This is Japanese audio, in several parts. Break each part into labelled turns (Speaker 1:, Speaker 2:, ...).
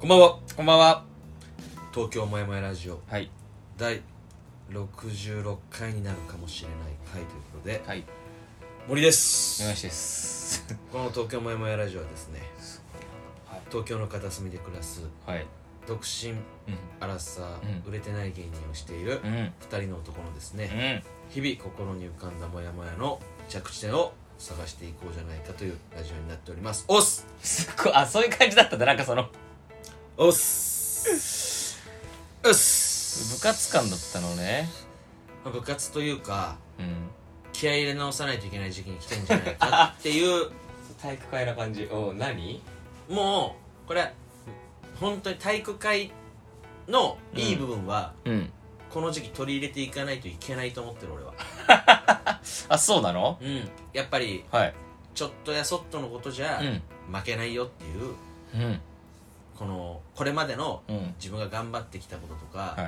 Speaker 1: こんばんは
Speaker 2: こんばんは。
Speaker 1: 東京もやもやラジオ
Speaker 2: はい。
Speaker 1: 第66回になるかもしれない回ということで
Speaker 2: はい。
Speaker 1: 森です
Speaker 2: お願いしです。
Speaker 1: この東京もやもやラジオはですね
Speaker 2: はい
Speaker 1: 東京の片隅で暮らす
Speaker 2: はい。
Speaker 1: 独身
Speaker 2: う
Speaker 1: アラサー、
Speaker 2: うん
Speaker 1: 売れてない芸人をしている
Speaker 2: ん。うん。
Speaker 1: 2人の男のです
Speaker 2: う
Speaker 1: ね
Speaker 2: ん。
Speaker 1: 日々心に浮かんだもやもやの着地点を探していこうじゃないかというラジオになっておりますおっす
Speaker 2: すごい、あ、そういう感じだったんだ。なんかその、
Speaker 1: おっすおっす
Speaker 2: 部活感だったのね。
Speaker 1: 部活というか
Speaker 2: うん。
Speaker 1: 気合い入れ直さないといけない時期に来てんじゃないかって いう
Speaker 2: 体育会な感じ。お何
Speaker 1: もうこれ本当に体育会のいい部分は、
Speaker 2: うん。
Speaker 1: この時期取り入れていかないといけないと思ってる俺は
Speaker 2: あ、そうなの
Speaker 1: うんやっぱり
Speaker 2: はい。
Speaker 1: ちょっとやそっとのことじゃ、
Speaker 2: うん。
Speaker 1: 負けないよっていう
Speaker 2: うん。
Speaker 1: このこれまでの
Speaker 2: うん。
Speaker 1: 自分が頑張ってきたことと
Speaker 2: は
Speaker 1: か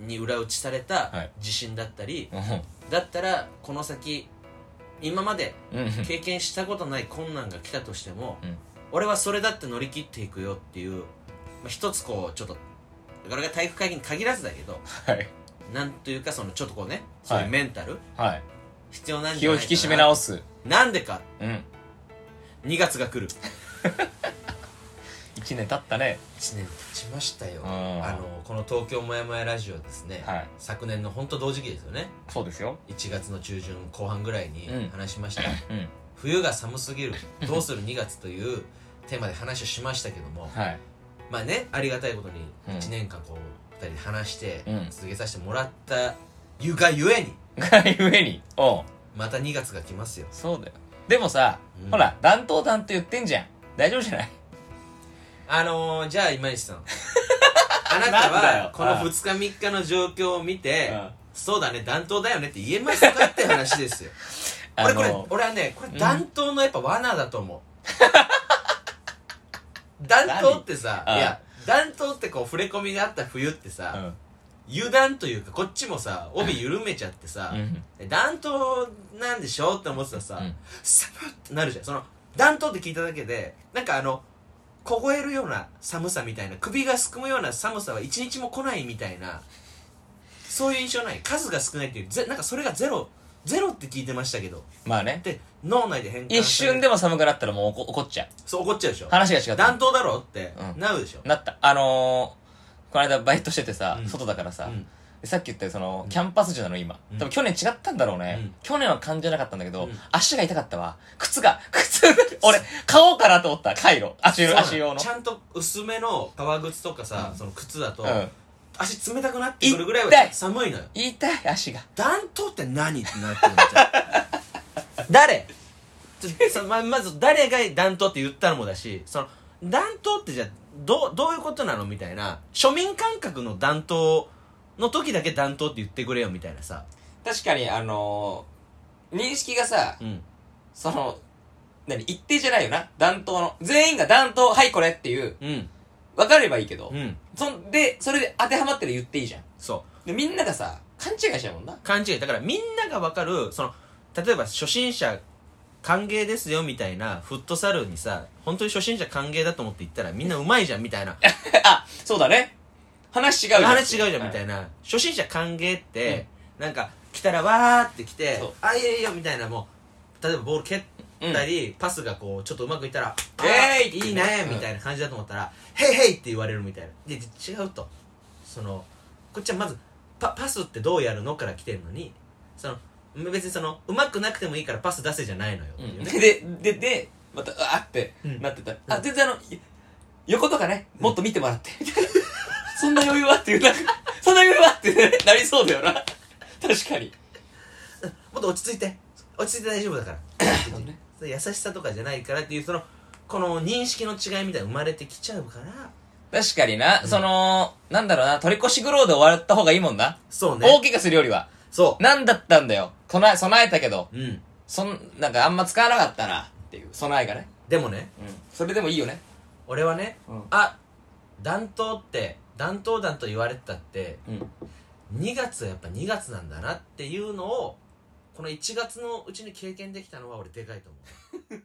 Speaker 2: い
Speaker 1: に裏打ちされ
Speaker 2: は
Speaker 1: た
Speaker 2: い
Speaker 1: 自信だったり、
Speaker 2: う
Speaker 1: だったらこの先今まで
Speaker 2: ん。うん。
Speaker 1: 経験したことない困難が来たとしても、
Speaker 2: うん
Speaker 1: 俺はそれだって乗り切っていくよっていう、まあ、一つこうちょっとこれが体育会議に限らずだけど
Speaker 2: はい。
Speaker 1: なんというかそのちょっとこうねそういうメンタル、
Speaker 2: はい。
Speaker 1: 必要なんじ
Speaker 2: 気
Speaker 1: ゃ
Speaker 2: を
Speaker 1: ないかな
Speaker 2: 引き締め直す。
Speaker 1: なんでか
Speaker 2: うん。
Speaker 1: 2月が来る
Speaker 2: 一年経ったね。
Speaker 1: 1年経ちましたよ
Speaker 2: うん
Speaker 1: あのこの東京もやもやラジオですね、
Speaker 2: はい。
Speaker 1: 昨年の本当同時期ですよね
Speaker 2: そうですよ。
Speaker 1: 1月の中旬後半ぐらいに
Speaker 2: うん
Speaker 1: 話しました、
Speaker 2: うん。
Speaker 1: 冬が寒すぎるどうする2月というテーマで話をしましたけど も
Speaker 2: はい。
Speaker 1: まあねありがたいことに
Speaker 2: うん
Speaker 1: 1年間こう2人で話して
Speaker 2: うん
Speaker 1: 続けさせてもらったゆがゆえに
Speaker 2: がゆえに。おう。
Speaker 1: また2月が来ますよ
Speaker 2: そうだよ。でもさ、
Speaker 1: うん
Speaker 2: ほら、断頭断って言ってんじゃん。大丈夫じゃない
Speaker 1: あのー、じゃあ今西 さんあな
Speaker 2: な
Speaker 1: た
Speaker 2: んだよ
Speaker 1: はこの2日3日の状況を見て
Speaker 2: うん
Speaker 1: そうだね暖冬だよねって言えますかって話ですよ 俺これ俺はねこれ暖冬のやっぱ罠だと 思う暖冬ってさ
Speaker 2: 何
Speaker 1: いや暖冬ってこう触れ込みがあった冬ってさ、
Speaker 2: うん。
Speaker 1: 油断というかこっちもさ帯緩めちゃってさ
Speaker 2: うん。
Speaker 1: 暖冬なんでしょって思ってたらさ、
Speaker 2: うん
Speaker 1: 寒っってなるじゃんその暖冬って聞いただけでなんかあの凍えるような寒さみたいな首がすくむような寒さは一日も来ないみたいなそういう印象ない数が少ないっていうぜなんかそれがゼロゼロって聞いてましたけど
Speaker 2: まあね。
Speaker 1: で脳内で変換され
Speaker 2: 一瞬でも寒くなったらもう怒怒っちゃう。
Speaker 1: そう怒っちゃうでしょ
Speaker 2: 話が違った。
Speaker 1: 暖冬だろって
Speaker 2: うん
Speaker 1: なるでしょ、
Speaker 2: なった。あのー、この間バイトしててさ、
Speaker 1: うん
Speaker 2: 外だからさ、
Speaker 1: うん
Speaker 2: でさっき言ったようにその
Speaker 1: うん、
Speaker 2: キャンパス中なの今
Speaker 1: うん。
Speaker 2: 多分去年違ったんだろうね。
Speaker 1: うん
Speaker 2: 去年は感じなかったんだけど、
Speaker 1: うん
Speaker 2: 足が痛かったわ。靴が、 靴が、俺、買おうかなと思った。カイロ。足
Speaker 1: そう
Speaker 2: 用
Speaker 1: なの
Speaker 2: 足用の
Speaker 1: ち。ゃんと薄めの革靴とかさ、その靴だと、
Speaker 2: うん。
Speaker 1: 足冷たくなってくるぐらいは
Speaker 2: 痛い
Speaker 1: 寒いのよ
Speaker 2: 痛い、足が。
Speaker 1: 暖冬って何ってなってるじゃん誰ちょそままず誰が暖冬って言ったのもだしその暖冬ってじゃあどうどういうことなのみたいな庶民感覚の暖冬の時だけ暖冬って言ってくれよみたいなさ
Speaker 3: 確かにあのー、認識がさ
Speaker 1: うん
Speaker 3: その何一定じゃないよな暖冬の全員が暖冬はいこれっていう
Speaker 1: うん
Speaker 3: 分かればいいけど、
Speaker 1: うん
Speaker 3: そんでそれで当てはまってる言っていいじゃん
Speaker 1: そう
Speaker 3: でみんながさ勘違いしちゃうもんな
Speaker 1: 勘違いだからみんなが分かるその例えば初心者歓迎ですよみたいなフットサルにさ本当に初心者歓迎だと思って行ったらみんなうまいじゃんみたいな
Speaker 3: あそうだね話違うじゃん
Speaker 1: 話違うじゃんみ
Speaker 3: は
Speaker 1: たいな、初心者歓迎って、なんか来たらわーって来て
Speaker 3: そう
Speaker 1: 「あいいよいいよ」みたいなもう例えばボール蹴ったり、パスがこうちょっとうまくいったら「
Speaker 3: えーい
Speaker 1: いいね
Speaker 3: う」ん
Speaker 1: みたいな感じだと思ったら「へいへい」って言われるみたいなでで違うとそのこっちはまずパパスってどうやるのから来てるのにその別にそのうまくなくてもいいからパス出せじゃないのよっていう
Speaker 3: うん、
Speaker 1: ね、
Speaker 3: でででまたうわあって
Speaker 1: うん
Speaker 3: なってた、あ全然あのい横とかねもっと見てもらって みたいなそんな余裕はっていうなんか そんな余裕はってね、なりそうだよな確かに
Speaker 1: もっと落ち着いて落ち着いて大丈夫だから
Speaker 3: そうね
Speaker 1: それ優しさとかじゃないからっていうそのこの認識の違いみたいなの生まれてきちゃうから
Speaker 2: 確かにな、
Speaker 1: うん
Speaker 2: その、なんだろうな、取り越し苦労で終わった方がいいもんな。
Speaker 1: そうね
Speaker 2: 大怪我するよりは。
Speaker 1: そ
Speaker 2: なんだったんだよ。備え、備えたけど、
Speaker 1: ううん
Speaker 2: そん、なんかあんま使わなかったな。
Speaker 3: っていう備えがね
Speaker 1: でもね
Speaker 3: うんそれでもいいよね
Speaker 1: 俺はね、
Speaker 3: うん
Speaker 1: あ暖冬って暖冬団と言われてたって
Speaker 3: うん
Speaker 1: 2月はやっぱ2月なんだなっていうのをこの1月のうちに経験できたのは俺でかいと思う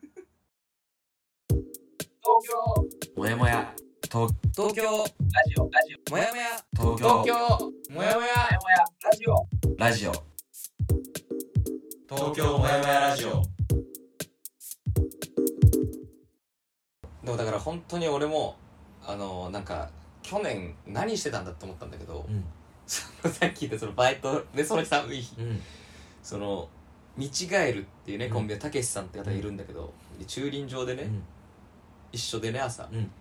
Speaker 1: 東京もやもや
Speaker 2: 東東京ラジオラジオもやもや東
Speaker 4: 東京もやもや
Speaker 2: ラジオラジオ東京もやもやラジオでもだから本当に俺もあのなんか去年何してたんだって思ったんだけど、
Speaker 1: うん
Speaker 2: そのさっき言ったそのバイトでその寒い日
Speaker 1: うん
Speaker 2: その見違えるっていうね
Speaker 1: うん
Speaker 2: コンビでたけしさんって方がいるんだけど、で駐輪場でね、
Speaker 1: うん
Speaker 2: 一緒でね朝、
Speaker 1: うん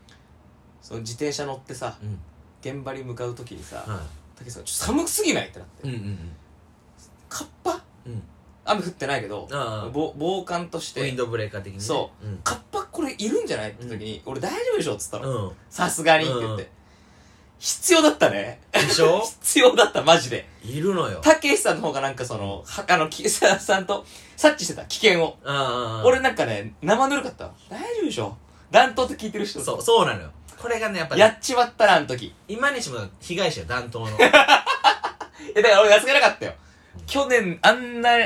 Speaker 2: その自転車乗ってさ
Speaker 1: うん
Speaker 2: 現場に向かう時にさ、
Speaker 1: は
Speaker 2: たけしさんちょっと寒すぎないってなって、
Speaker 1: いうんうん
Speaker 2: カッパ
Speaker 1: うん
Speaker 2: 雨降ってないけど
Speaker 1: ああ
Speaker 2: ぼ防寒とし
Speaker 1: ウィ
Speaker 2: て
Speaker 1: ンドブレーカー的にね
Speaker 2: そう
Speaker 1: うん
Speaker 2: カッパこれいるんじゃないって時に、俺大丈夫でしょっつった
Speaker 1: う
Speaker 2: の
Speaker 1: ん
Speaker 2: さすがにって言って、
Speaker 1: うん
Speaker 2: 必要だったね
Speaker 1: でしょ
Speaker 2: 必要だったマジで
Speaker 1: いるのよ
Speaker 2: たけしさんの方がなんかそのはあのき ささんと察知してた危険を
Speaker 1: ああ
Speaker 2: 俺なんかね生ぬるかったわ大丈夫でしょ暖冬って聞いてる人
Speaker 1: そうそうなのよこれがねやっぱり
Speaker 2: やっちまったなあの時
Speaker 1: 今にしても被害者よ暖冬 の
Speaker 2: いやだから俺安けなかったよ去年あんな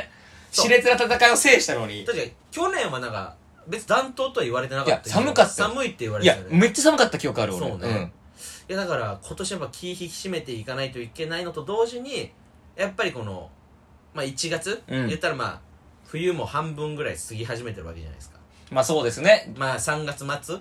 Speaker 2: 熾烈な戦いを制したのに
Speaker 1: 確かに去年はなんか別に暖冬とは言われてなかったけど
Speaker 2: いや寒かったよ
Speaker 1: 寒いって言われ
Speaker 2: い
Speaker 1: てた
Speaker 2: や
Speaker 1: よね
Speaker 2: めっちゃ寒かった記憶ある俺
Speaker 1: そうねいやだから今年やっぱ気引き締めていかないといけないのと同時にやっぱりこの、まあ、1月、
Speaker 2: うん
Speaker 1: 言ったらまあ冬も半分ぐらい過ぎ始めてるわけじゃないですか
Speaker 2: うんまあそうですね
Speaker 1: まあ3月末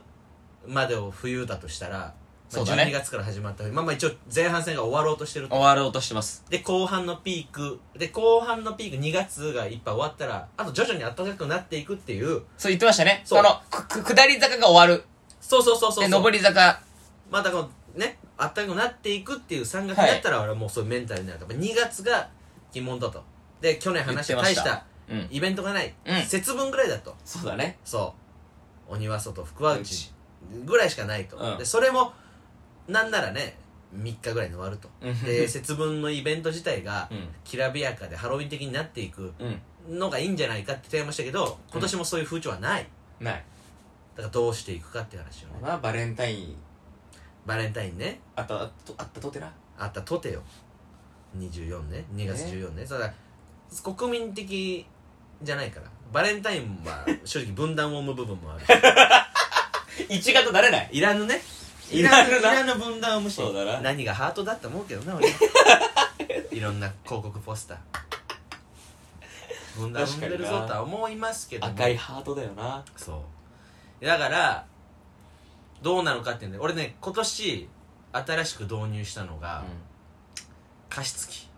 Speaker 1: までを冬だとしたら、ま
Speaker 2: そ
Speaker 1: あ、
Speaker 2: うだね
Speaker 1: 12月から始まった冬、まあまあ一応前半戦が終わろうとしてると
Speaker 2: 終わろうとしてます
Speaker 1: で後半のピークで後半のピーク2月がいっぱい終わったらあと徐々に暖かくなっていくっていう
Speaker 2: そう言ってましたね
Speaker 1: そう
Speaker 2: あのくく下り坂が終わる
Speaker 1: そうそうそうそう
Speaker 2: で
Speaker 1: そう
Speaker 2: 上り坂
Speaker 1: またこのね暖かくなっていくっていう3月だったら俺はもうそういうメンタルになるから2月が鬼門だとで去年話して
Speaker 2: 言って
Speaker 1: 大
Speaker 2: まし
Speaker 1: したた
Speaker 2: うん
Speaker 1: イベントがない、
Speaker 2: うん
Speaker 1: 節分ぐらいだと
Speaker 2: そうだね
Speaker 1: そう鬼は外福は内ぐらいしかないと、
Speaker 2: うん
Speaker 1: でそれもなんならね3日ぐらいに終わると
Speaker 2: うん
Speaker 1: で節分のイベント自体が
Speaker 2: うん
Speaker 1: きらびやかでハロウィン的になっていく
Speaker 2: うん
Speaker 1: のがいいんじゃないかって提案もしたけど今年もそういう風潮はない、
Speaker 2: ない
Speaker 1: だからどうしていくかって話よね
Speaker 2: まあバレンタイン
Speaker 1: バレンタインね
Speaker 2: あったあったあったとてな
Speaker 1: あったとてよ24ね2月14ね、それだ国民的じゃないからバレンタイン は正直分断を生む部分もある
Speaker 2: 一型なれ ない
Speaker 1: いらぬね
Speaker 2: いらぬ
Speaker 1: い
Speaker 2: な
Speaker 1: らぬ分断を無視
Speaker 2: そうだな
Speaker 1: 何がハートだって思うけどな俺 いろんな広告ポスター分断を生んでるぞとは思いますけども
Speaker 2: 赤いハートだよな
Speaker 1: そうだからどうなのかっていうんで俺ね今年新しく導入したのが、加湿器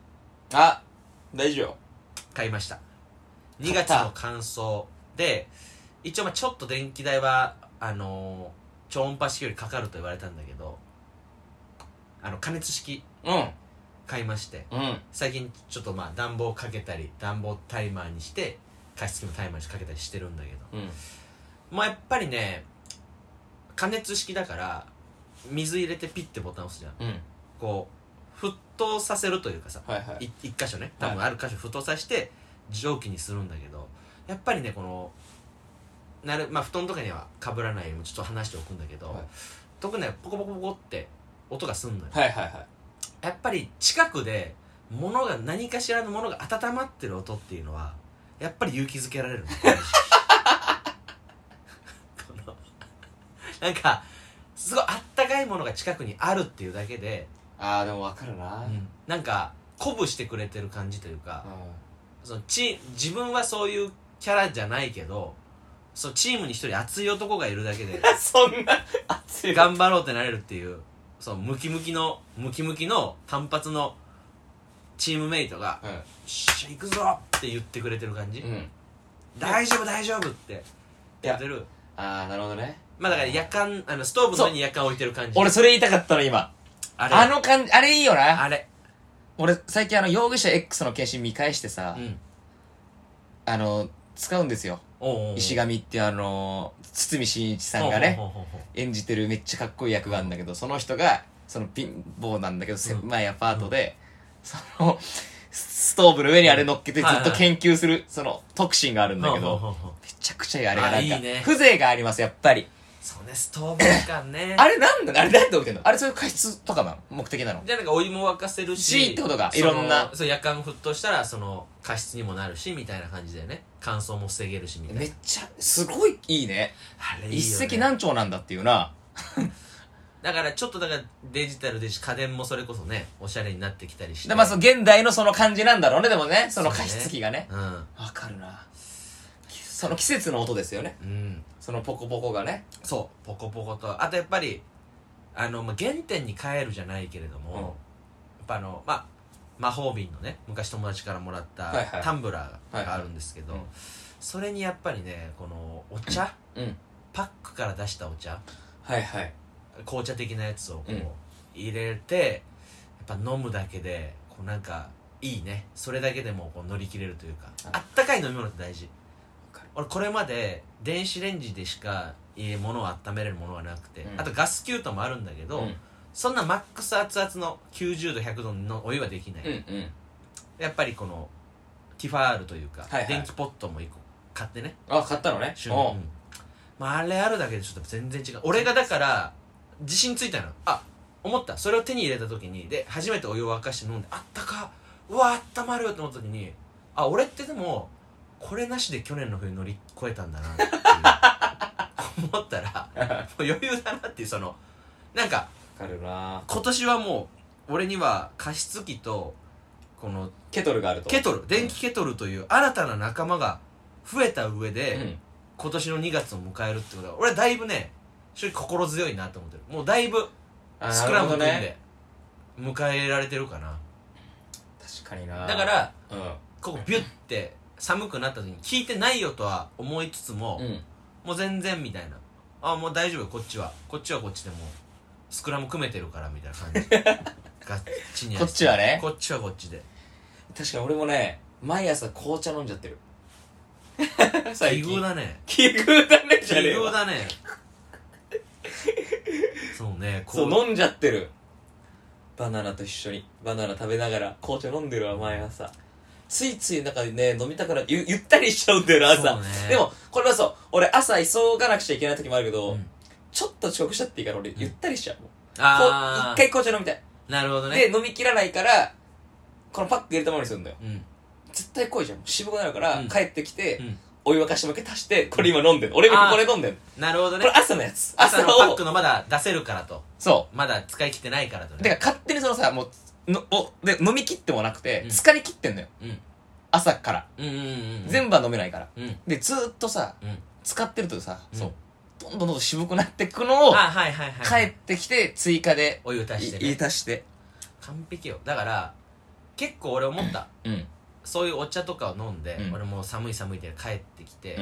Speaker 2: あ大丈夫よ
Speaker 1: 買いました
Speaker 2: 買
Speaker 1: 2
Speaker 2: っ
Speaker 1: 月
Speaker 2: た
Speaker 1: の乾燥で一応まあちょっと電気代はあのー超音波式よりかかると言われたんだけどあの加熱式
Speaker 2: う
Speaker 1: 買いまして
Speaker 2: んうん
Speaker 1: 最近ちょっとまあ暖房かけたり暖房タイマーにして加湿器もタイマーにかけたりしてるんだけど
Speaker 2: うん
Speaker 1: まあやっぱりね加熱式だから水入れてピッてボタン押すじゃん
Speaker 2: うん
Speaker 1: こう沸騰させるというかさ
Speaker 2: はいはい
Speaker 1: い一箇所ね多分ある箇所沸騰させて蒸気にするんだけどやっぱりねこのなる、まあ、布団とかにはかぶらないようにちょっと話しておくんだけど、
Speaker 2: はい
Speaker 1: 特にねポコポコポコって音がすんのよ
Speaker 2: はいはいはい
Speaker 1: やっぱり近くで物が何かしらのものが温まってる音っていうのはやっぱり勇気づけられるのこのなんかすごいあったかいものが近くにあるっていうだけで、
Speaker 2: ああでもわかるな
Speaker 1: なんか鼓舞してくれてる感じというか、
Speaker 2: う
Speaker 1: そのチ自分はそういうキャラじゃないけどそのチームに一人熱い男がいるだけで
Speaker 2: んそんな熱い
Speaker 1: 頑張ろうってなれるっていうそのムキムキのムキムキの単発のチームメイトが
Speaker 2: うん
Speaker 1: 「し行くぞ!」って言ってくれてる感じ「
Speaker 2: うん
Speaker 1: 大丈夫大丈夫!」って言ってる
Speaker 2: ああなるほどね
Speaker 1: まあだから夜間あのストーブの上に夜間置いてる感じ
Speaker 2: 俺それ言いたかったの今
Speaker 1: あれ
Speaker 2: あの感じあれいいよな
Speaker 1: あれ
Speaker 2: 俺最近あの容疑者 X の検診見返してさ
Speaker 1: うん
Speaker 2: あの使うんですよ
Speaker 1: おうおうおう
Speaker 2: 石神ってあの堤真一さんがね
Speaker 1: ほうほうほうほう
Speaker 2: 演じてるめっちゃかっこいい役があるんだけどその人がその貧乏なんだけど狭いアパートで、そのストーブの上にあれ乗っけてず
Speaker 1: はいは
Speaker 2: っ
Speaker 1: い
Speaker 2: と研究するその特進があるんだけ
Speaker 1: ほうほ
Speaker 2: ど
Speaker 1: うほうほう
Speaker 2: めちゃくちゃいいあれがなん
Speaker 1: あ
Speaker 2: か
Speaker 1: いいね
Speaker 2: 風情がありますやっぱり
Speaker 1: そうねストーブ時間ね
Speaker 2: あれなんだあれ誰と置いてんのあれそういう過失とかなの目的なの
Speaker 1: じゃあなんかお湯も沸かせるし
Speaker 2: しってことか
Speaker 1: その
Speaker 2: いろんな
Speaker 1: そう夜間沸騰したらその加湿にもなるしみたいな感じでね乾燥も防げるしみたいな
Speaker 2: めっちゃすごいいいね
Speaker 1: あれいいよ、ね、
Speaker 2: 一石何鳥なんだっていうな
Speaker 1: だからちょっとだからデジタルですし家電もそれこそねおしゃれになってきたりして
Speaker 2: でまあ、その現代のその感じなんだろうね、でもね、その
Speaker 1: そう
Speaker 2: 加
Speaker 1: ね
Speaker 2: 湿器がね。
Speaker 1: うん
Speaker 2: わかるな。その季節の音ですよね。
Speaker 1: うん
Speaker 2: そのポコポコがね。
Speaker 1: そうポコポコとあとやっぱりあの、まあ、原点に帰るじゃないけれども、
Speaker 2: うん
Speaker 1: やっぱあのまあ魔法瓶のね昔友達からもらっ
Speaker 2: はいは
Speaker 1: た
Speaker 2: い
Speaker 1: タンブラー
Speaker 2: はいは
Speaker 1: が
Speaker 2: い
Speaker 1: あるんですけど、
Speaker 2: うん
Speaker 1: それにやっぱりねこのお茶、
Speaker 2: うん
Speaker 1: パックから出したお茶
Speaker 2: はいはい。
Speaker 1: 紅茶的なやつをこう
Speaker 2: うん
Speaker 1: 入れて、やっぱ飲むだけでこうなんかいいねそれだけでもこう乗り切れるというか
Speaker 2: あ
Speaker 1: あったかい飲み物って大事
Speaker 2: かる
Speaker 1: 俺これまで電子レンジでしかえー物を温めれるものはなくて、
Speaker 2: うん
Speaker 1: あとガスキュートもあるんだけど、
Speaker 2: うん
Speaker 1: そんなマックス熱々の90度100度のお湯はできない、
Speaker 2: うんうん。
Speaker 1: やっぱりこのティファールというか、
Speaker 2: はいはい
Speaker 1: 電気ポットも一個買ってね
Speaker 2: あ、買ったのね。
Speaker 1: 瞬
Speaker 2: おう
Speaker 1: まあ、あれあるだけでちょっと全然違う俺がだから自信ついたのあ思ったそれを手に入れた時にで初めてお湯を沸かして飲んであったかうわあったまるよと思った時にあ俺ってでもこれなしで去年の冬乗り越えたんだなっていう 思ったらもう余裕だなっていうそのなんか
Speaker 2: わかるな
Speaker 1: 今年はもう俺には加湿器とこの
Speaker 2: ケトルがあると。
Speaker 1: ケトル電気ケトルという新たな仲間が増えた上で、
Speaker 2: うん。
Speaker 1: 今年の2月を迎えるってことは俺はだいぶね正直心強いなと思ってるもうだいぶ
Speaker 2: あ
Speaker 1: スクラム組ん
Speaker 2: なるほどね
Speaker 1: で迎えられてるかな
Speaker 2: 確かにな
Speaker 1: だか、ら
Speaker 2: う
Speaker 1: ここビュッて寒くなった時に聞いてないよとは思いつつも、
Speaker 2: ん。うん。
Speaker 1: もう全然みたいなあもう大丈夫こっちはこっちはこっちでもうスクラム組めてるからみたいな 感じガッチにや
Speaker 2: こ
Speaker 1: る
Speaker 2: っちはね。
Speaker 1: こっちはこっちで
Speaker 2: 確かに俺もね、毎朝紅茶飲んじ ゃってる。
Speaker 1: 奇
Speaker 2: 最
Speaker 1: 遇
Speaker 2: 近。
Speaker 1: だね
Speaker 2: 奇遇だね、
Speaker 1: 奇
Speaker 2: じゃねえ
Speaker 1: 遇
Speaker 2: わ。
Speaker 1: だ ねそうねこ
Speaker 2: そう、飲んじゃってる。バナナと一緒に。バナナ食べながら紅茶飲んでるわ、毎朝。ついついなんかね、飲みたからゆゆったりしちゃうんだよな、朝。
Speaker 1: そうね
Speaker 2: でも、これはそう、俺朝急がなくちゃいけない時もあるけど、
Speaker 1: うん
Speaker 2: ちょっと遅刻しちゃっていいから俺、ゆったりしちゃう。もうこう
Speaker 1: あ
Speaker 2: 一
Speaker 1: あ
Speaker 2: 回紅茶飲みたい。
Speaker 1: なるほどね
Speaker 2: で、飲みきらないから、このパック入れたままにするんだよ。
Speaker 1: うん
Speaker 2: 絶対濃いじゃん。渋くなるから、
Speaker 1: うん
Speaker 2: 帰ってきて、
Speaker 1: うん
Speaker 2: お湯沸かしもけ足して、これ今飲んでる。俺今これ飲んでる。
Speaker 1: なるほど
Speaker 2: こ
Speaker 1: ね
Speaker 2: れ朝のやつ。
Speaker 1: 朝
Speaker 2: 朝
Speaker 1: のパッ
Speaker 2: を
Speaker 1: ク。のまだ出せるからと
Speaker 2: そ
Speaker 1: まだ使い切ってないからと
Speaker 2: う。て
Speaker 1: ね
Speaker 2: か勝手にそのさ、もう、の、お、で、飲み切ってもなくて、
Speaker 1: うん
Speaker 2: 疲れ切ってんのよ。
Speaker 1: うん
Speaker 2: 朝から。
Speaker 1: うんうんうん
Speaker 2: 全部は飲めないから。
Speaker 1: 部うん
Speaker 2: で、ずーっとさ、
Speaker 1: うん
Speaker 2: 使ってるとさ、
Speaker 1: うん
Speaker 2: そう。どんどんどんどん渋くなってくのを、
Speaker 1: あはいはい
Speaker 2: 帰
Speaker 1: はい
Speaker 2: ってきて、追加で、
Speaker 1: お湯足して
Speaker 2: い
Speaker 1: ね
Speaker 2: い足して。
Speaker 1: 完璧よだから結構俺思った
Speaker 2: うん。
Speaker 1: そういうお茶とかを飲んで
Speaker 2: うん
Speaker 1: 俺もう寒い寒いで帰ってきて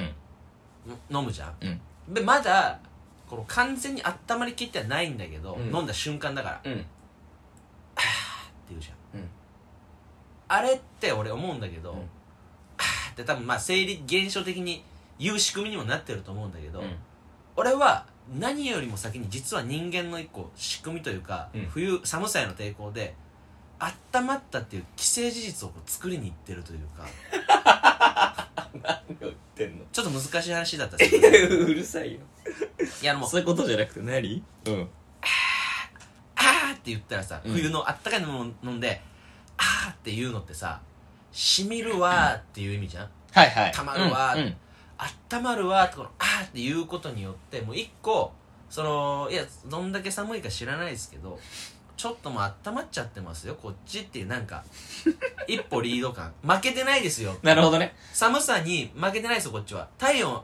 Speaker 2: うん。
Speaker 1: 飲むじゃ
Speaker 2: うん。
Speaker 1: んでまだこの完全に温まりきってはないんだけど
Speaker 2: うん
Speaker 1: 飲んだ瞬間だからって
Speaker 2: うん。
Speaker 1: 言うじゃ
Speaker 2: うんん
Speaker 1: あれって俺思うんだけど
Speaker 2: うん
Speaker 1: はぁって多分まあ生理現象的に言う仕組みにもなってると思うんだけど、
Speaker 2: うん
Speaker 1: 俺は何よりも先に実は人間の一個仕組みというか、
Speaker 2: うん
Speaker 1: 冬寒さへの抵抗で温まったっていう既成事実をこう作りにいってるというか
Speaker 2: 何を言ってんの
Speaker 1: ちょっと難しい話だったし
Speaker 2: うるさいよ。
Speaker 1: いやでもう
Speaker 2: そういうことじゃなくて何うん。
Speaker 1: あーって言ったらさ、
Speaker 2: うん
Speaker 1: 冬のあったかいもの飲んであーって言うのってさしみるわーっていう意味じゃん、
Speaker 2: はいはい。
Speaker 1: たまるわ
Speaker 2: うん。うん
Speaker 1: あったまるわーってこのあーって言うことによってもう一個そのいやどんだけ寒いか知らないですけどちょっともうあったまっちゃってますよこっちっていうなんか一歩リード感 負けてないですよ
Speaker 2: なるほどね。
Speaker 1: 寒さに負けてないですよこっちは体温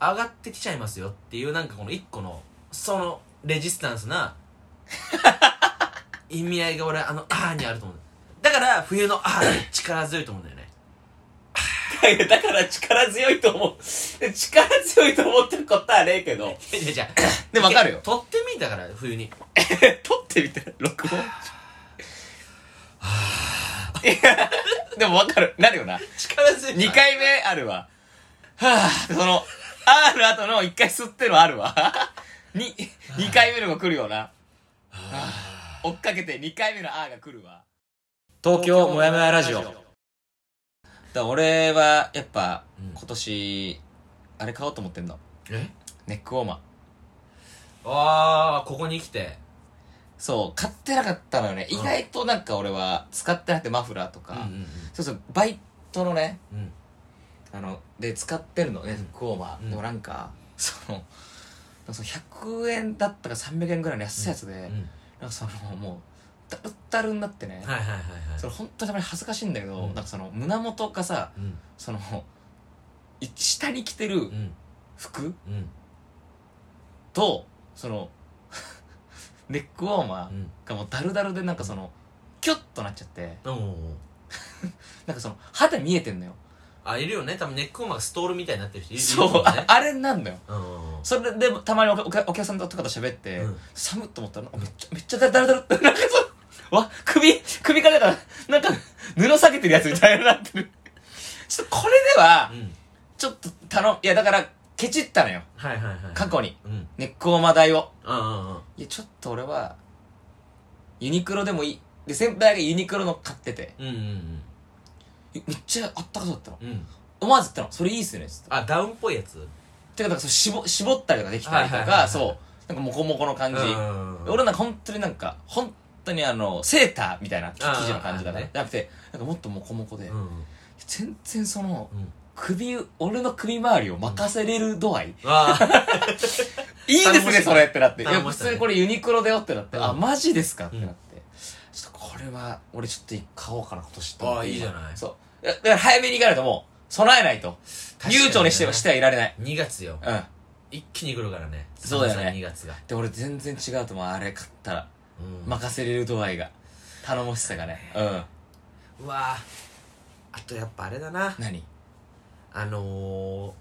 Speaker 1: 上がってきちゃいますよっていうなんかこの一個のそのレジスタンスな意味合いが俺あの「あー」にあると思うだから冬の「あー」って力強いと思うんだよね
Speaker 2: いやだから力強いと思う。力強いと思ってることはねえけど。
Speaker 1: いやいやいや
Speaker 2: でもわかるよ。
Speaker 1: 取ってみたから冬に
Speaker 2: 撮ってみて、録 音。いやでもわかる。なるよな。
Speaker 1: 力強い
Speaker 2: 2回目あるわ。はぁ、その、あーの後の1回吸ってのあるわ。 に、2回目のが来るよな。はぁ追っかけて2回目のあーが来るわ。東京もやもやラジオ。だから俺は、やっぱ、
Speaker 1: うん
Speaker 2: 今年、あれ買おうと思ってんの。
Speaker 1: え
Speaker 2: ネックウォーマー。
Speaker 1: ああここに来て
Speaker 2: そう、買ってなかったのよね。
Speaker 1: うん
Speaker 2: 意外となんか俺は使ってなくてマフラーとか、
Speaker 1: うん
Speaker 2: そうそう、バイトのね、
Speaker 1: うんうん
Speaker 2: あの、で使ってるのね、ネックウォーマー。
Speaker 1: うん
Speaker 2: でもなんか、その、かその100円だったか300円ぐらいの安いやつで、
Speaker 1: うん
Speaker 2: なんかそのもうだるったるになってね、
Speaker 1: はいはいはいはい
Speaker 2: それ本当にたまに恥ずかしいんだけど、
Speaker 1: うん
Speaker 2: なんかその胸元がさ
Speaker 1: うん
Speaker 2: そのい下に着てる
Speaker 1: うん
Speaker 2: 服
Speaker 1: うん
Speaker 2: とその ネックウォーマ
Speaker 1: うん
Speaker 2: ーがもうダルダルでなんかそのキュッとなっちゃって
Speaker 1: おうおうおう
Speaker 2: なんかその肌見えてんのよ
Speaker 1: あいるよね多分ネックウォーマーがストールみたいになってる人いる
Speaker 2: そ
Speaker 1: い
Speaker 2: う
Speaker 1: るもん
Speaker 2: あ
Speaker 1: ね
Speaker 2: あれなんだよ
Speaker 1: うんうんうん
Speaker 2: それでたまにお客お客さんとかと喋って、
Speaker 1: うん
Speaker 2: 寒っと思ったらなんかめっちゃめっちゃダルダルってなんか そうわ首首からなんかなんか布下げてるやつみたいになってるちょっとこれでは
Speaker 1: うん
Speaker 2: ちょっと頼いやだからケチったのよ
Speaker 1: はいはいはい
Speaker 2: 過去に
Speaker 1: うんうん
Speaker 2: ネックオーマー代を
Speaker 1: うんうん
Speaker 2: いやちょっと俺はユニクロでもいいで先輩がユニクロの買ってて
Speaker 1: うんうん
Speaker 2: いめっちゃあったかそうだったの
Speaker 1: うんうん
Speaker 2: 思わず言ったのそれいいっすねっつって
Speaker 1: あダウンっぽいやつ
Speaker 2: てかなんかそう絞絞ったりとかできたりと
Speaker 1: はいはいはいは
Speaker 2: か
Speaker 1: い
Speaker 2: そうなんかモコモコの感じ
Speaker 1: うん
Speaker 2: 俺なんか本当になんか本当にあのセーターみたいな生地の感じだ
Speaker 1: あー
Speaker 2: ね
Speaker 1: ね
Speaker 2: じゃなくてなんかもっとモコモコで
Speaker 1: うんうん
Speaker 2: 全然その
Speaker 1: うん
Speaker 2: 首俺の首周りを任せれる度合い
Speaker 1: あ あ
Speaker 2: いいですね、それってなって。いや、
Speaker 1: 頼も
Speaker 2: 普
Speaker 1: しいね
Speaker 2: 通にこれユニクロだよってなって、
Speaker 1: うん
Speaker 2: あ、マジですかって
Speaker 1: うん
Speaker 2: なって。ちょっとこれは、俺ちょっと買おうかな、今年と
Speaker 1: あーいいじゃない
Speaker 2: そう。いやだから早めに行かないともう、備えないと。悠長にしてはしてはいられない。
Speaker 1: 2月よ
Speaker 2: うん。
Speaker 1: 一気に来るからね
Speaker 2: そうだよね
Speaker 1: 2月が
Speaker 2: で、俺全然違うと思う。あれ買ったら、
Speaker 1: うん
Speaker 2: 任せれる度合いが。頼もしさがね。うん。
Speaker 1: うわああとやっぱあれだな
Speaker 2: 何
Speaker 1: あのー、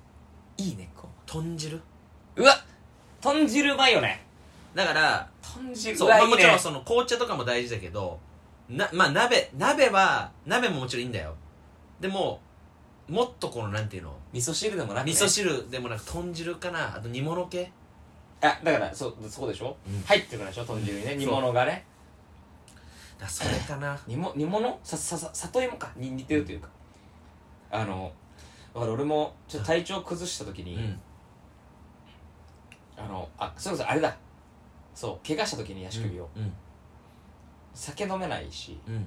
Speaker 2: いいね、こ
Speaker 1: 豚汁
Speaker 2: う。うわ豚汁うまいよね。
Speaker 1: だから
Speaker 2: 豚汁
Speaker 1: そう
Speaker 2: うわ
Speaker 1: まあ
Speaker 2: いい
Speaker 1: もちろ
Speaker 2: ね
Speaker 1: ん。その紅茶とかも大事だけどなまあ鍋鍋は鍋ももちろんいいんだよでももっとこのなんていうの
Speaker 2: 味噌汁でもなくね
Speaker 1: 味噌汁でもなく豚汁かなあと煮物系
Speaker 2: あ、だから、そう、そうでしょ
Speaker 1: うん
Speaker 2: 入ってくるでしょ豚汁にね。煮物がね。
Speaker 1: だそれかな
Speaker 2: 煮も煮物さささ里芋かに似てるというか、あのだから俺もちょっと体調崩した時
Speaker 1: う
Speaker 2: に、
Speaker 1: ん
Speaker 2: あのあそれこそあれだそう怪我した時に足首を、
Speaker 1: うん
Speaker 2: 酒飲めないし
Speaker 1: うん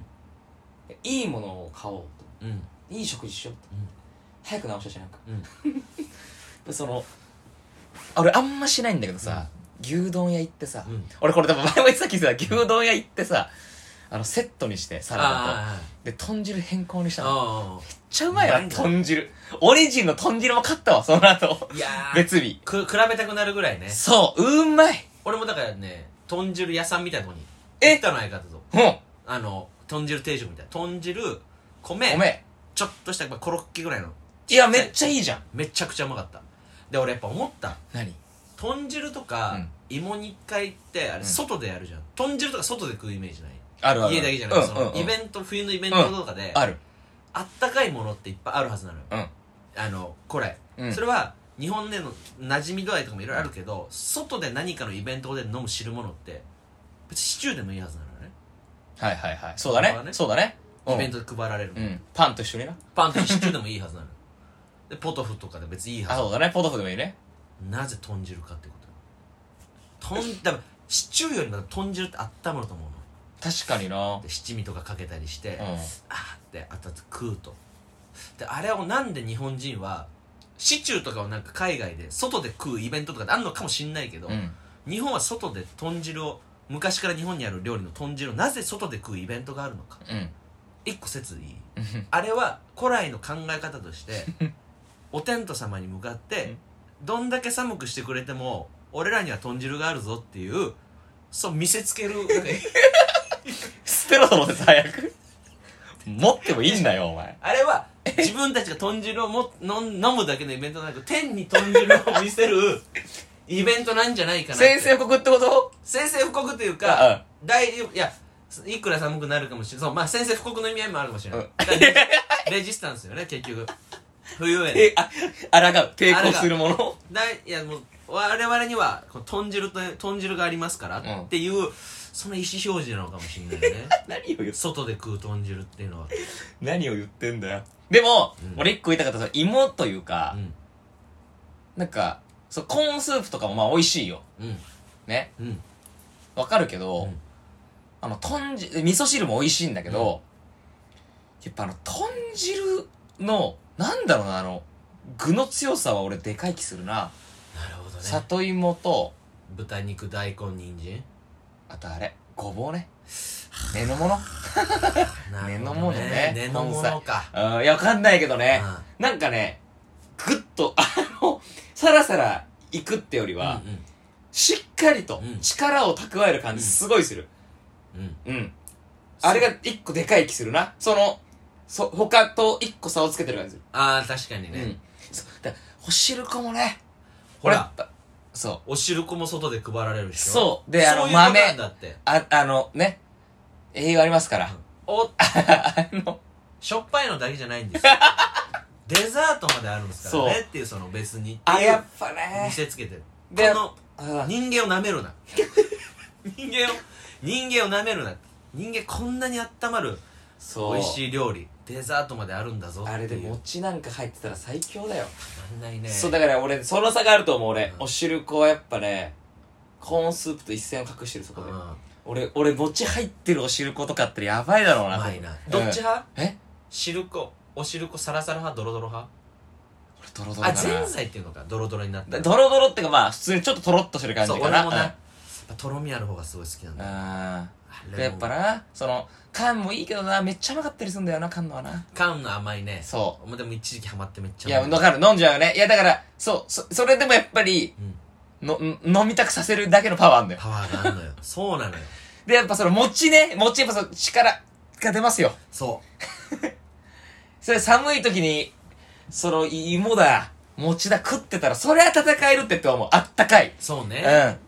Speaker 2: いいものを買おうと
Speaker 1: うん
Speaker 2: いい食事しようと、
Speaker 1: うん
Speaker 2: 早く治したしなんか
Speaker 1: うん
Speaker 2: でそのあ俺あんましないんだけどさ、牛丼屋行ってさ、
Speaker 1: うん
Speaker 2: 俺これ多分前も言ってたっけどさ牛丼屋行ってさあのセットにしてサラダ
Speaker 1: あ
Speaker 2: とで豚汁変更にし
Speaker 1: ー
Speaker 2: たの
Speaker 1: あ
Speaker 2: めっちゃうまいわ
Speaker 1: うまいんだ
Speaker 2: 豚汁オリジンの豚汁も買ったわその後
Speaker 1: ーいやー
Speaker 2: 別日
Speaker 1: く比べたくなるぐらいね
Speaker 2: そううまい
Speaker 1: 俺もだからね豚汁屋さんみたいなとこに
Speaker 2: え
Speaker 1: 行ったの相方と
Speaker 2: うん
Speaker 1: あの豚汁定食みたいな豚汁米
Speaker 2: ごめん
Speaker 1: ちょっとしたまあコロッケぐらいの
Speaker 2: いやめっちゃいいじゃん
Speaker 1: めちゃくちゃうまかったで俺やっぱ思った
Speaker 2: 何
Speaker 1: 豚汁とか、
Speaker 2: うん
Speaker 1: 芋煮会ってあ
Speaker 2: う
Speaker 1: れ
Speaker 2: ん
Speaker 1: 外でやるじゃん、豚汁とか外で食うイメージない
Speaker 2: あるある
Speaker 1: 家だけじゃなくて、
Speaker 2: うん
Speaker 1: その
Speaker 2: うんうん
Speaker 1: イベント冬のイベントとかで、
Speaker 2: ある
Speaker 1: あったかいものっていっぱいあるはずなのよ、
Speaker 2: うん
Speaker 1: あのこれ、
Speaker 2: うん
Speaker 1: それは日本での馴染み度合いとかもいろいろあるけど、外で何かのイベントで飲む汁物って別にシチューでもいいはずなのよね、
Speaker 2: はいはいはいそうだねそうだねうん
Speaker 1: イベントで配られるの、
Speaker 2: うんパンと一緒にな
Speaker 1: パンとかシチューでもいいはずなのよでポトフとかで別にいいは
Speaker 2: あ
Speaker 1: ず
Speaker 2: そうだねポトフでもいいね
Speaker 1: なぜ豚汁かってことよ豚多分シチューよりも豚汁ってあったまると思うの
Speaker 2: 確かにな
Speaker 1: で七味とかかけたりして、
Speaker 2: うん
Speaker 1: あーってあと食うとであれをなんで日本人はシチューとかをなんか海外で外で食うイベントとかってあるのかもしんないけど、
Speaker 2: うん
Speaker 1: 日本は外で豚汁を昔から日本にある料理の豚汁をなぜ外で食うイベントがあるのか
Speaker 2: うん
Speaker 1: 一個説いい
Speaker 2: うん
Speaker 1: あれは古来の考え方として お天道様に向かってどんだけ寒くしてくれても俺らには豚汁があるぞっていうそう見せつ けるなんか
Speaker 2: 捨てろと思ってさ早く持ってもいいんだよお前
Speaker 1: あれは自分たちが豚汁をもの飲むだけのイベントじゃなく天に豚汁を見せる イベントなんじゃないかなって
Speaker 2: 先生国ってこと
Speaker 1: 宣戦布告という
Speaker 2: あうん
Speaker 1: か大いやいくら寒くなるかもしれないそうまあ宣戦布告の意味合いもあるかもしれない、
Speaker 2: うん
Speaker 1: だからレジレジスタンスよね結局冬への
Speaker 2: えああらがう抵抗するもの
Speaker 1: だいいやもう我々にはこの豚汁と豚汁がありますから
Speaker 2: うん
Speaker 1: っていう、その意思表示なのかもしれない ね
Speaker 2: 何を言う
Speaker 1: 外で食う豚汁っていうのは
Speaker 2: 何を言ってんだよでも、
Speaker 1: うん
Speaker 2: 俺一個言いたかったのは芋というか
Speaker 1: う、ん
Speaker 2: なんかそうコーンスープとかもまあ美味しいよ
Speaker 1: うん
Speaker 2: ね
Speaker 1: うん
Speaker 2: わかるけど、
Speaker 1: うん
Speaker 2: あの豚汁味噌汁も美味しいんだけど、やっぱあの豚汁のなんだろうなあの具の強さは俺でかい気するな、
Speaker 1: なるほどね
Speaker 2: 里芋と
Speaker 1: 豚肉大根人参
Speaker 2: あとあれごぼ うね根の物
Speaker 1: なる
Speaker 2: 根
Speaker 1: ほど
Speaker 2: のものね
Speaker 1: 根のものか
Speaker 2: うんいやわかんないけどねなんかねグッと あのさらさらいくってより
Speaker 1: うん
Speaker 2: は、しっかりと
Speaker 1: うん
Speaker 2: 力を蓄える感じすごいする
Speaker 1: うんうん
Speaker 2: うん、あれが一個でかい気するなそのそ他と一個差をつけてる感じする
Speaker 1: ああ確かにね、
Speaker 2: うんそうだおしるこもね
Speaker 1: ほ
Speaker 2: 俺や
Speaker 1: ら
Speaker 2: っぱそう
Speaker 1: お汁粉も外で配られるでしょ
Speaker 2: そうであ
Speaker 1: そ
Speaker 2: の
Speaker 1: ういうこと
Speaker 2: 豆
Speaker 1: なんだって
Speaker 2: ああのね栄養ありますから、
Speaker 1: お
Speaker 2: あの
Speaker 1: しょっぱいのだけじゃないん ですよデザートまであるんですから
Speaker 2: そ
Speaker 1: ねっていうその別に
Speaker 2: あやっぱ
Speaker 1: 見
Speaker 2: ね
Speaker 1: せつけてるこ
Speaker 2: で
Speaker 1: の
Speaker 2: あ
Speaker 1: 人間を舐めるな人間を人間を舐めるな人間こんなに温まる
Speaker 2: そう
Speaker 1: 美味しい料理デザートまであるんだぞっていう
Speaker 2: あれで餅なんか入ってたら最強だよ、
Speaker 1: あんないね
Speaker 2: そうだから俺その差があると思う俺、
Speaker 1: うん
Speaker 2: おしるこはやっぱねコーンスープと一線を隠してるそこで、
Speaker 1: うん
Speaker 2: 俺俺餅入ってるおしることかってやばいだろう
Speaker 1: う
Speaker 2: なと
Speaker 1: ま
Speaker 2: 思う
Speaker 1: いな
Speaker 2: うん
Speaker 1: どっち派
Speaker 2: え
Speaker 1: 汁粉お汁粉サラサラ派ドロドロ派
Speaker 2: 俺ドロドロ
Speaker 1: あ
Speaker 2: だな
Speaker 1: ぜんざいっていうのかドロドロになって
Speaker 2: だ
Speaker 1: る
Speaker 2: ドロドロってかまあ普通にちょっとトロっとしてる感じ
Speaker 1: そう
Speaker 2: か
Speaker 1: 俺
Speaker 2: な
Speaker 1: もなやっぱとろみある方がすごい好きなん
Speaker 2: うん
Speaker 1: だよ
Speaker 2: あ
Speaker 1: レモ
Speaker 2: ー
Speaker 1: ン
Speaker 2: でやっぱなその缶もいいけどなめっちゃ甘かったりするんだよな缶のはな
Speaker 1: 缶の甘いね
Speaker 2: そ
Speaker 1: もうでも一時期ハマってめっち
Speaker 2: う
Speaker 1: ゃ
Speaker 2: いやわかる飲んじゃうよねいやだからそうそそれでもやっぱり
Speaker 1: うん
Speaker 2: のん飲みたくさせるだけのパワーあんだよ
Speaker 1: パワーがあんの よそうなのよ
Speaker 2: でやっぱその餅ね餅やっぱその力が出ますよ
Speaker 1: そ
Speaker 2: それ寒い時にその芋だ餅だ食ってたらそりゃ戦えるってって思うあったかいう
Speaker 1: そう
Speaker 2: う
Speaker 1: ね
Speaker 2: ん、う